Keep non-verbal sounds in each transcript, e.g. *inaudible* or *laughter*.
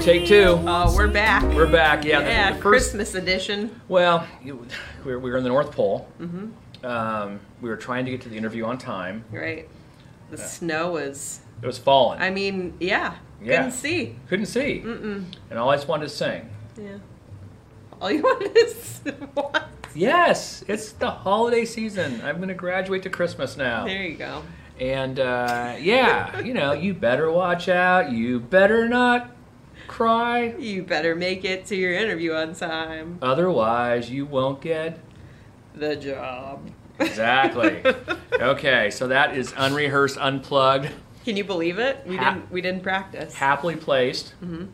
take two. Oh, we're back. We're back. Yeah, the- yeah, the first- Christmas edition. Well, you- we were, we were in the North Pole. Um, we were trying to get to the interview on time. Right. The snow was. It was falling. I mean, yeah. Yeah. Couldn't see. Couldn't see. Mm-mm. And all I just wanted to sing. Yeah. All you wanted *laughs* is what? Yes, it's the holiday season. I'm going to graduate to Christmas now. There you go. And uh, yeah, you know, you better watch out. You better not cry. You better make it to your interview on time. Otherwise, you won't get. The job. Exactly. okay, so that is unrehearsed, unplugged, *laughs* Can you believe it? We Ha- didn't. We didn't practice. happily placed. Mm-hmm.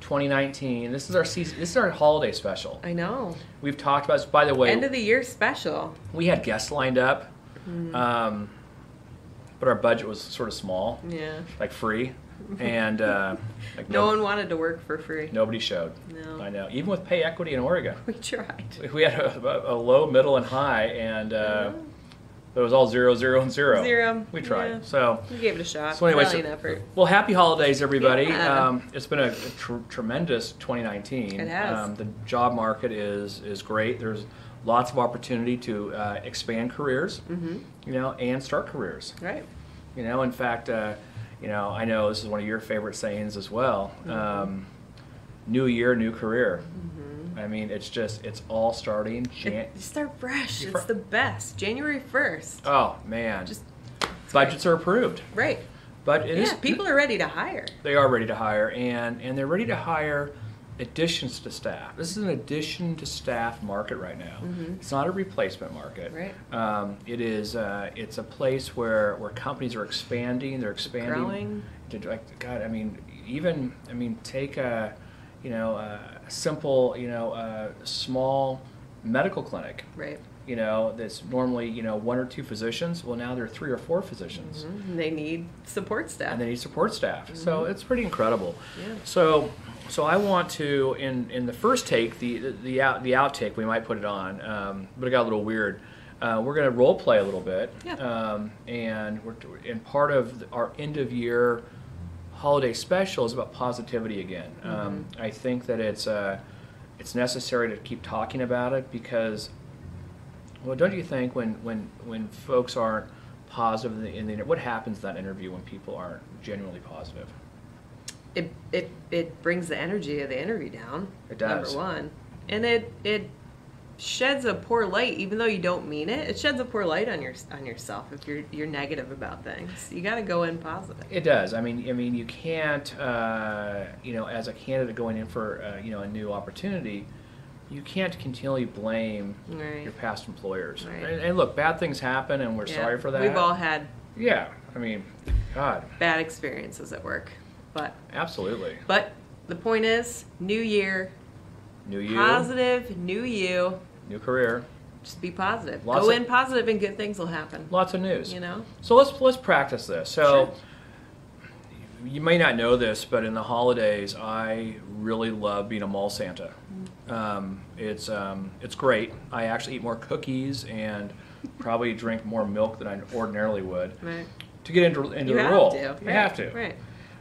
2019. This is our season. This is our holiday special. I know. We've talked about this. By the way, End of the year special. we had guests lined up, Mm-hmm. um, but our budget was sort of small, Yeah. like free, and uh, like *laughs* No no, one wanted to work for free. nobody showed. No. I know. Even with pay equity in Oregon, *laughs* We tried. we had a, a low, middle, and high, and uh, it was all zero, zero, and zero. Zero. We tried. Yeah. So. We gave it a shot. So anyway, Valiant so- effort. Well, happy holidays, everybody. Yeah. Um, it's been a tr- tremendous 2019. It has. Um, the job market is is great. There's lots of opportunity to uh, expand careers, you know, and start careers. Mm-hmm. Right. You know, in fact, uh, you know, I know this is one of your favorite sayings as well. Mm-hmm. Um, new year, new career. Mm-hmm. I mean, it's just it's all starting. Jan- It, start fresh. You It's fr- the best. January first. oh man, Just- budgets are approved, Right. but it is yeah. People are ready to hire. they are ready to hire and and they're ready to hire additions to staff this is an addition to staff market right now it's not a replacement market Mm-hmm. Right. um, it is uh, it's a place where where companies are expanding they're expanding Growing. to like god i mean even i mean take a you know a simple you know uh small medical clinic Right. you know that's normally you know one or two physicians well now there are three or four physicians Mhm. They need support staff. and they need support staff. So it's pretty incredible. Yeah. So, so I want to in in the first take, the the out the outtake we might put it on, um, but it got a little weird. Uh, we're going to role play a little bit, Yeah. um, and we're and part of our end of year holiday special is about positivity again. Um, I think that it's uh, it's necessary to keep talking about it because well, don't you think when when when folks aren't positive in the, in the what happens in that interview when people aren't genuinely positive? it it it brings the energy of the interview down. It does. Number one, and it it sheds a poor light, even though you don't mean it. It sheds a poor light on your on yourself if you're you're negative about things. You got to go in positive. It does. I mean, I mean, you can't, uh, you know, as a candidate going in for uh, you know a new opportunity, you can't continually blame Right. your past employers. Right. And, and look, bad things happen, and we're Yeah. sorry for that. We've all had yeah. I mean, God, bad experiences at work, but absolutely. but the point is, new year, New you, positive, new you. new career, Just be positive. Lots go of- in positive, and good things will happen. lots of news. You know. So let's let's practice this. So Sure. you may not know this, but in the holidays, I really love being a mall Santa. Mm. Um, it's um, it's great. I actually eat more cookies and probably drink more milk than I ordinarily would Right. to get into into You the have role. to. You right, have to. Right.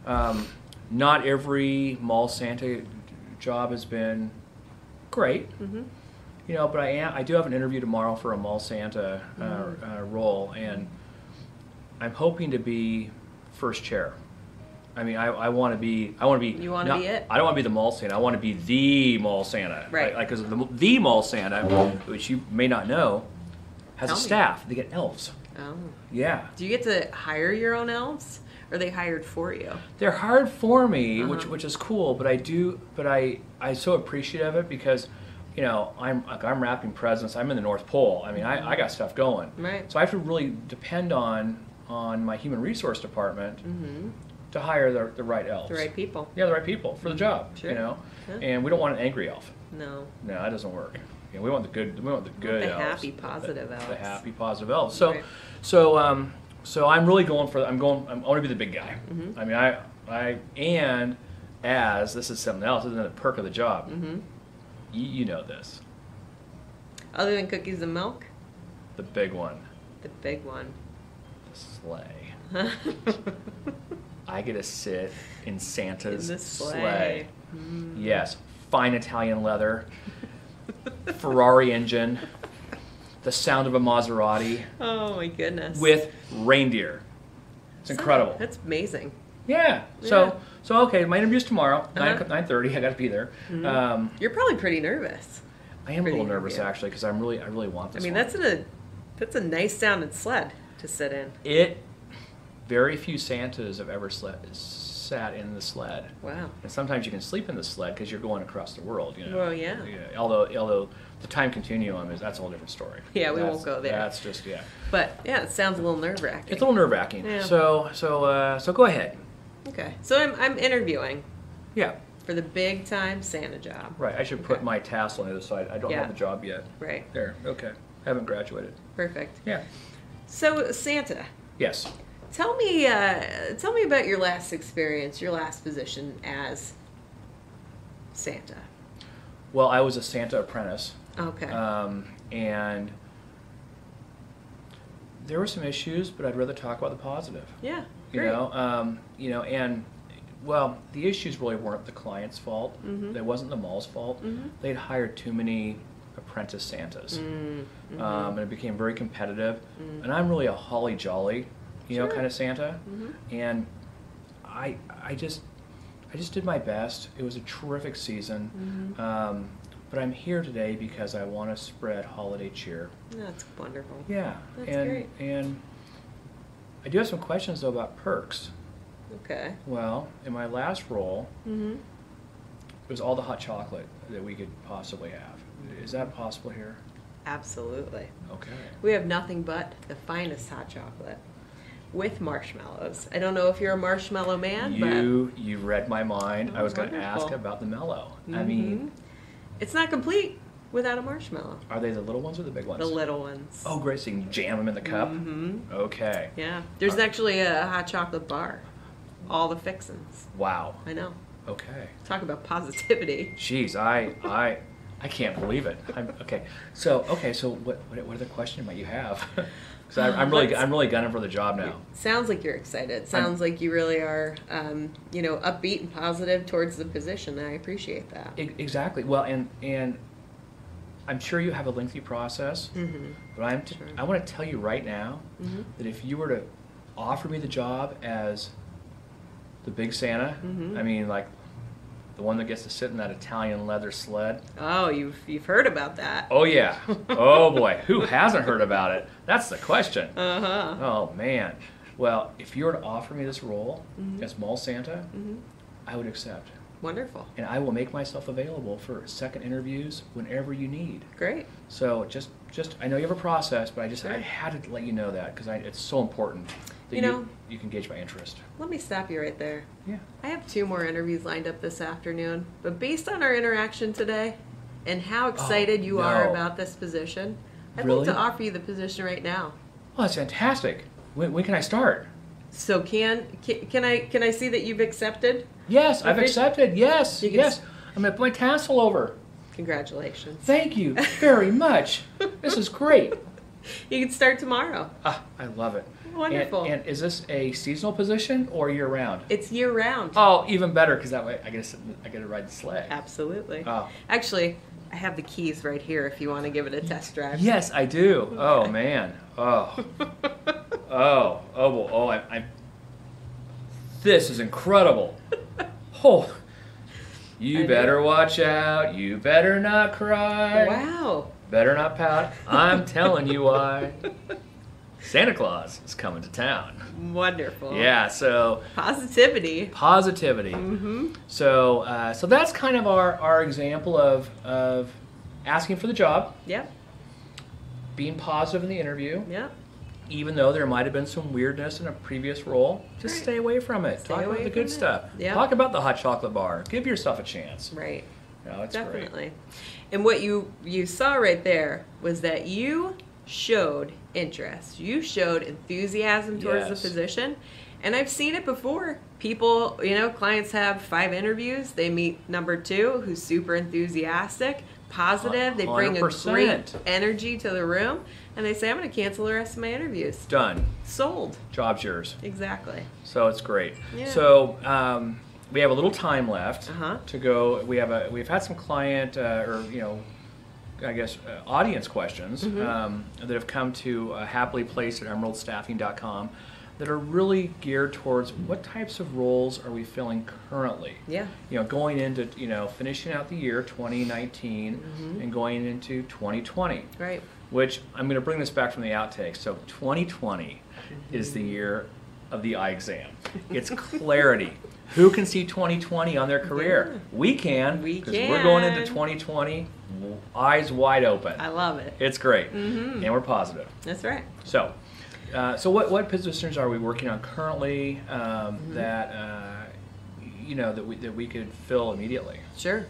Um, not every mall Santa job has been great. Mhm. You know, but I am, I do have an interview tomorrow for a mall Santa uh, Mm-hmm. uh, role, and I'm hoping to be first chair. I mean, I, I want to be I want to be You wanna not- be it? I don't want to be the mall Santa. I want to be the mall Santa. Right. Like because the the mall Santa, which you may not know, has Tell a me. staff. They get elves. Oh. Yeah. Do you get to hire your own elves? Or are they hired for you? they're hard for me, which Uh-huh. which is cool. But I do, but I I so appreciate of it because, you know, I'm like I'm wrapping presents. I'm in the North Pole. I mean, I, I got stuff going. Right. So I have to really depend on on my human resource department to hire the the right elves. Mm-hmm. The right people? Yeah, the right people for the job. Sure. You know, Yeah. and we don't want an angry elf. No. No, that doesn't work. You know, we want the good. We want the good. the elves, happy, positive the, The elves. happy positive elves. So, Right. so, um, so I'm really going for. I'm going. I'm, I want to be the big guy. Mm-hmm. I mean, I, I, and as this is something else, isn't it a perk of the job? Mhm. You, you know this, Other than cookies and milk, the big one, *laughs* the big one. the sleigh. I get to sit in Santa's In the sleigh. sleigh. Mm-hmm. Yes, fine Italian leather, Ferrari engine, the sound of a Maserati Oh my goodness. with reindeer. It's incredible. That's amazing. yeah. So Yeah. so okay, my interview's tomorrow, Uh-huh. nine nine thirty. I got to be there. Um, You're probably pretty nervous. I am a little Pretty nervous interview. actually because I'm really I really want I this. mean, one. that's a that's a nice sounding sled to sit in. it. Very few Santas have ever slept, sat in the sled. Wow. And sometimes you can sleep in the sled because you're going across the world, you know. Well, yeah. Although, although the time continuum is that's a whole different story. Yeah, we won't That's- go there. That's just yeah. But yeah, it sounds a little nerve wracking. It's a little nerve wracking. Yeah. So so uh, so go ahead. okay. So I'm I'm interviewing Yeah. for the big time Santa job. Right. I should put Okay. my tassel on the other side. I don't Yeah. have the job yet. Right. There. Okay. I haven't graduated. Perfect. Yeah. So Santa, Yes. tell me uh, tell me about your last experience, your last position as Santa. Well, I was a Santa apprentice. Okay. Um, and there were some issues, but I'd rather talk about the positive. yeah. you Great. know um, you know and well the issues really weren't the client's fault Mhm. it wasn't the mall's fault Mhm. they'd hired too many apprentice santas Mm-hmm. um, and it became very competitive and i'm really a holly jolly you know Sure. kind of santa Mhm. and i i just i just did my best it was a terrific season Mm-hmm. um, but i'm here today because i want to spread holiday cheer That's wonderful. yeah That's and great. and i do have some questions though about perks Okay. well, in my last role, Mm-hmm. it was all the hot chocolate that we could possibly have. Is that possible here? Absolutely. Okay. We have nothing but the finest hot chocolate with marshmallows. I don't know if you're a marshmallow man, You you read my mind. I was going to ask Oh, Wonderful. about the mellow. but I mean, Mhm. it's not complete without a marshmallow. are they the little ones or the big ones? The little ones. oh, great! So you can jam them in the cup. hmm Okay. Yeah. There's actually a hot chocolate bar. All the fixins. Wow. I know. Okay. Talk about positivity. Jeez, I I I can't believe it. I'm, okay. So okay. So what what, what other question might you have? *laughs* Because I'm really Let's- I'm really gunning for the job now. Sounds like you're excited. Sounds like you really are, um, you know, upbeat and positive towards the position. I appreciate that. E- Exactly. Well, and and I'm sure you have a lengthy process, Mm-hmm. but I'm t- Sure. I want to tell you right now Mhm. that if you were to offer me the job as the big Santa, Mhm. I mean, like the one that gets to sit in that Italian leather sled. Oh, you've you've heard about that. Oh yeah. oh boy, who hasn't heard about it? That's the question. Uh huh. Oh man. Well, if you were to offer me this role Mhm. as mall Santa, hmm I would accept. Wonderful. And I will make myself available for second interviews whenever you need. Great. So just, just I know you have a process, but I just I Sure. had to let you know that because it's so important that You know- you, you can gauge my interest. Let me stop you right there. Yeah. I have two more interviews lined up this afternoon, but based on our interaction today and how excited you are Oh, no. about this position, I'd Really? like to offer you the position right now. Well, Oh, that's fantastic. When, when can I start? So can, can can I can I see that you've accepted? Yes, I've Okay. accepted. Yes, You can yes. s- I'm gonna put my tassel over. Congratulations. Thank you very much. this is great. You can start tomorrow. *laughs* Ah, I love it. And- Wonderful. And, is this a seasonal position or year round? It's year round. Oh, even better because that way I get to sit, in- I get to ride the sleigh. Absolutely. Oh. Actually, I have the keys right here if you want to give it a test drive. *laughs* Yes, I do. Oh man. Oh. Oh, oh, well, oh, I, I, this is incredible. *laughs* Oh, I you know. better watch out. You better not cry. wow. Better not pout. I'm telling you why. Santa Claus is coming to town. Wonderful. Yeah, so Positivity. positivity. Mm-hmm. So, uh, so that's kind of our, our example of, of asking for the job, Yep. being positive in the interview, Yep. even though there might have been some weirdness in a previous role, just Right. stay away from it. Stay Talk about away the good from it. stuff. Yeah. Talk about the hot chocolate bar. Give yourself a chance. Right. No, it's Definitely. great. And what you you saw right there was that you showed interest. You showed enthusiasm towards Yes. the position. And I've seen it before. People, you know, clients have five interviews. They meet number two, who's super enthusiastic, positive. They bring a great 100%. energy to the room, and they say, "I'm going to cancel the rest of my interviews." Done. Sold. Job's yours. Exactly. So it's great. Yeah. So um, we have a little time left Uh-huh. to go. We have a we've had some client uh, or you know, I guess uh, audience questions Mm-hmm. um, that have come to uh, happily placed at emeraldstaffing.com that are really geared towards what types of roles are we filling currently. Yeah. You know, going into you know finishing out the year 2019 Mm-hmm. and going into 2020 Right. which I'm going to bring this back from the outtakes. So 2020 is the year of the eye exam. It's clarity. Who can see 2020 on their career? We can. We Because we're going into can. 2020, eyes wide open. I Mm-hmm. love it. It's great, and we're positive. That's right. So, uh, so what, what positions are we working on currently um, Mm-hmm. that uh, you know that we that we could fill immediately? Sure.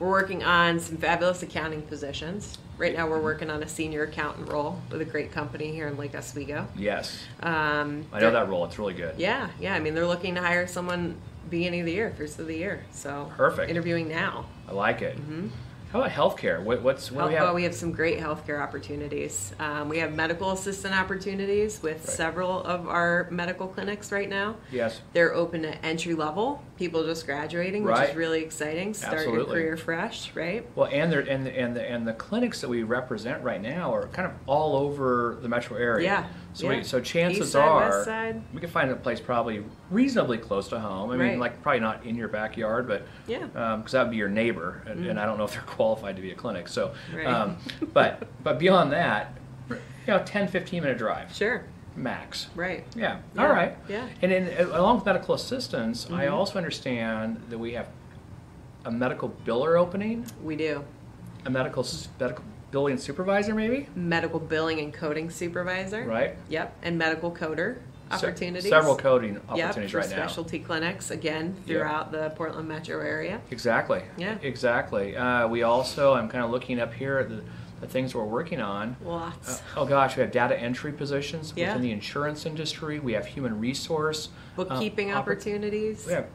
We're working on some fabulous accounting positions. Right now, we're working on a senior accountant role with a great company here in Lake Oswego. Yes, Um, I know that role. It's really good. Yeah, yeah. I mean, they're looking to hire someone beginning of the year, first of the year. So Perfect. Interviewing now. I like it. How about healthcare? What, what's what do Mm-hmm. Health, we have? well, we have some great healthcare opportunities. Um, we have medical assistant opportunities with several of our medical clinics right now. Yes. They're open to entry level people just graduating, which Right. is really exciting. Start your Absolutely. career fresh, right? Well, and there and the, and the, and the clinics that we represent right now are kind of all over the metro area. Yeah, So yeah. We, so chances East side, are west side. we can find a place probably reasonably close to home. I Right. mean, like probably not in your backyard, but Yeah. Mm-hmm. because that would be your neighbor, and, and I don't know if they're qualified to be a clinic. So, Right. *laughs* um, but but beyond that, you know, 10, 15 minute drive Sure. max. Right. Yeah. Yeah. Mm-hmm. All right. Yeah. And in, along with medical assistance, I also understand that we have a medical biller opening. We do. a medical s- medical billing supervisor, maybe. Medical billing and coding supervisor. Right. Yep. And medical coder Se- opportunities. several coding opportunities yep, right for now. specialty clinics again Yep. throughout the Portland metro area. Exactly. Yeah. Exactly. Uh, we also, I'm kind of looking up here at the, the things we're working on. Uh, Lots. oh gosh, we have data entry positions Yeah. within the insurance industry. We have human resource uh, Bookkeeping oppor- opportunities. We have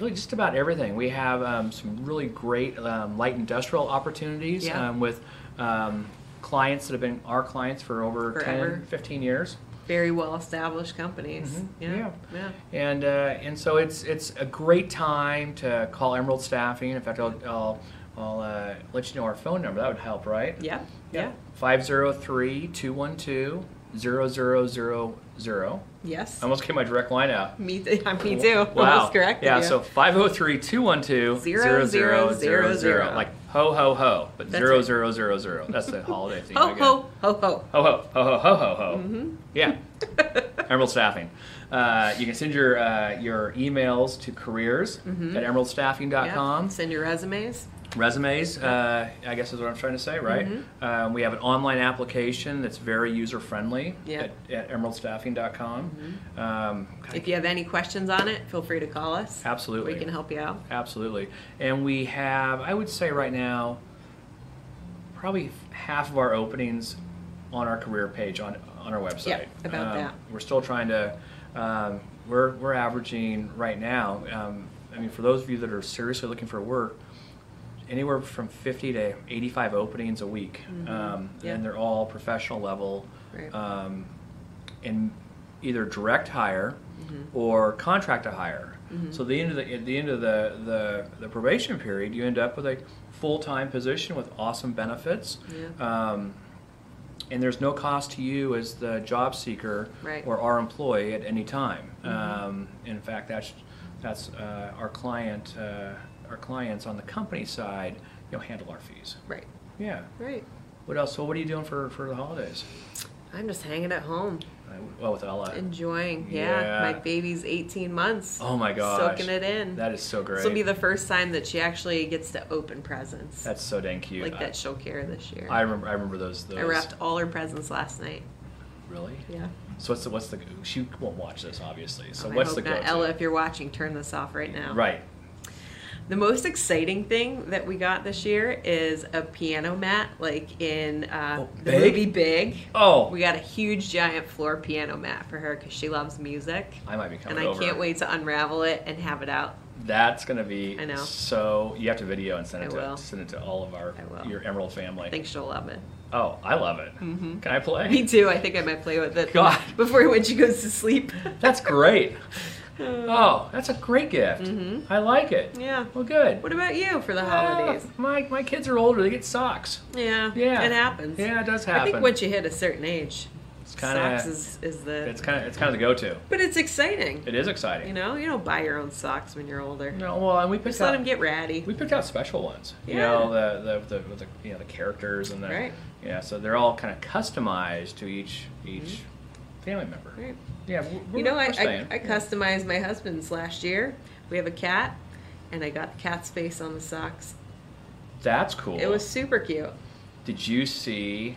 really just about everything. We have um, some really great um, light industrial opportunities Yeah. um, with um, clients that have been our clients for over Forever. 10, 15 years. Very well established companies. Mhm. Yeah. Yeah. And uh, and so it's it's a great time to call Emerald Staffing. In fact, I'll I'll, I'll uh, let you know our phone number. That would help, right? Yep. Yeah. 503-212-0000. Yes. I almost get my direct line out. me, th- *laughs* me too. Wow. Almost correct. Yeah, so 503-212-0000. Like ho ho ho, but That's zero right. zero zero zero. That's the holiday theme. Ho, I guess. ho, ho, ho. Ho ho ho ho ho ho ho. Mm-hmm. *laughs* Yeah. Emerald Staffing. Uh, you can send your uh, your emails to careers Mm-hmm. at emeraldstaffing.com. Yep. Send your resumes. Resumes, uh, I guess is what I'm trying to say, right? Mm-hmm. Um, we have an online application that's very user friendly Yeah. at, at emeraldstaffing.com. Mm-hmm. Um, If you have any questions on it, feel free to call us. absolutely. We can help you out. Absolutely. And we have, I would say right now, probably half of our openings on our career page on, on our website. Yeah, about Um, that. We're still trying to, um, we're, we're averaging right now, um, I mean, for those of you that are seriously looking for work, anywhere from 50 to 85 openings a week. Um, Mm-hmm. Yeah. And they're all professional level. Right. Um, and either direct hire Mm-hmm. or contract to hire. So the end of the at the end of the, the the probation period, you end up with a full time position with awesome benefits. Um, and there's no cost to you as the job seeker Right. Mm-hmm. or our employee at any time. Um, in fact, that's that's uh, our client uh, our clients on the company side. You know, handle our fees. Right. Yeah. Right. What else? So, what are you doing for, for the holidays? I'm just hanging at home, Uh, Well, with Ella. enjoying. Yeah. Yeah. My baby's 18 months. Oh my gosh. Soaking it in. That is so great. This will be the first time that she actually gets to open presents. That's so dang cute. like that she'll care this year. I, I remember. I remember those. those. I wrapped all her presents last night. Really? Yeah. So what's the what's the she won't watch this obviously. So I what's hope the not. go-to? Ella, if you're watching, turn this off right now. Right. The most exciting thing that we got this year is a piano mat, like in uh, Oh, the big? movie Big. Oh, We got a huge, giant floor piano mat for her because she loves music, I might be coming and I over. can't wait to unravel it and have it out That's gonna be I know. so. You have to video and send it I to will. send it to all of our I will. your Emerald family. I think she'll love it. oh, I love it. Mm-hmm. Can I play? Me too. I think I might play with it God. before when she goes to *laughs* sleep. *laughs* That's great. Oh, that's a great gift. Mhm. I like it. yeah. Well, good. What about you for the holidays? Ah, my my kids are older. They get socks. Yeah. Yeah. It happens. Yeah, it does I happen. think once you hit a certain age, it's socks kind of is, is the. it's kind of it's kind of the go-to. but it's exciting. It is exciting. You know, you don't buy your own socks when you're older. No, well, and we picked Just out let them get ratty. we picked out special ones. You Yeah. know the the, the, with the you know the characters and the Right. yeah. So they're all kind of customized to each each family member. Mm-hmm. Right. Yeah, we're, You know, we're I, I, staying. I customized my husband's last year. We have a cat, and I got the cat's face on the socks. that's cool. It was super cute. Did you see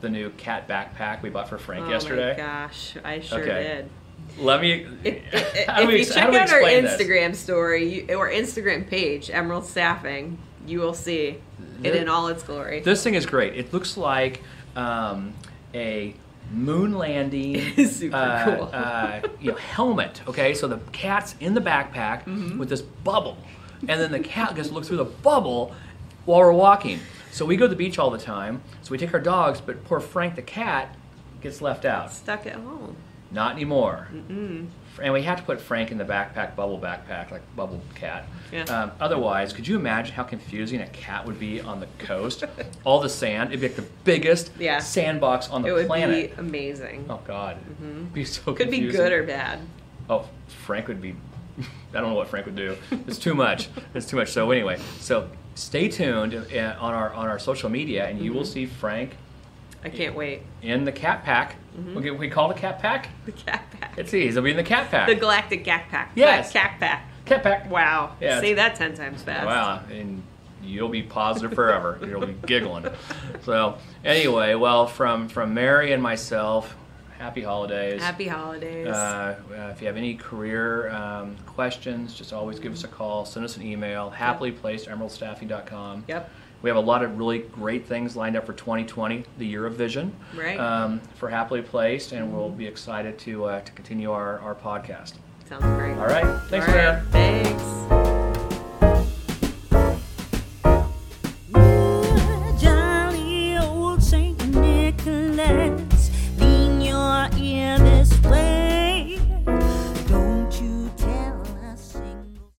the new cat backpack we bought for Frank oh yesterday? my gosh, I sure Okay. did. *laughs* Let me. If, if, *laughs* how do we, you ex- check how do we out our explain this? Instagram story you, or Instagram page, Emerald Staffing, you will see it Th- in all its glory. This thing is great. It looks like um, a moon *laughs* landing It is super uh, cool. uh, you know, helmet. Okay, so the cat's in the backpack Mm-hmm. with this bubble, and then the cat gets to look through the bubble while we're walking. So we go to the beach all the time. So we take our dogs, but poor Frank the cat gets left out. Stuck at home. Not anymore. Mm. And we had to put Frank in the backpack, bubble backpack, like bubble cat. Yeah. Um, otherwise, could you imagine how confusing a cat would be on the *laughs* coast? All the sand, it'd be like the biggest Yeah. sandbox on the It would planet. be amazing. Oh God, it'd be so. Could be confusing. good or bad. Oh, Frank would be. *laughs* I don't know what Frank would do. It's too much. it's too much. So anyway, so stay tuned uh, on our on our social media, and you will Mm-hmm. see Frank I can't wait. in the cat pack. Mm-hmm. We, get- we call it a cat pack. The cat pack. It's easy. He'll be in the cat pack. The Galactic Cat Pack. Yes. Cat Pack. cat pack. Wow. Yeah, Say that it's- 10 times fast. Wow, and you'll be positive forever. you'll be giggling. So anyway, well, from from Mary and myself, happy holidays. Happy holidays. Uh, uh, if you have any career um, questions, just always give us a call. Send us an email. Happily placed emeraldstaffing.com. yep. We have a lot of really great things lined up for 2020, the year of vision, Right. Mm-hmm. Um, for happily placed, and we'll be excited to uh, to continue our, our podcast. Sounds great. All right, thanks, All right. Mary. Thanks.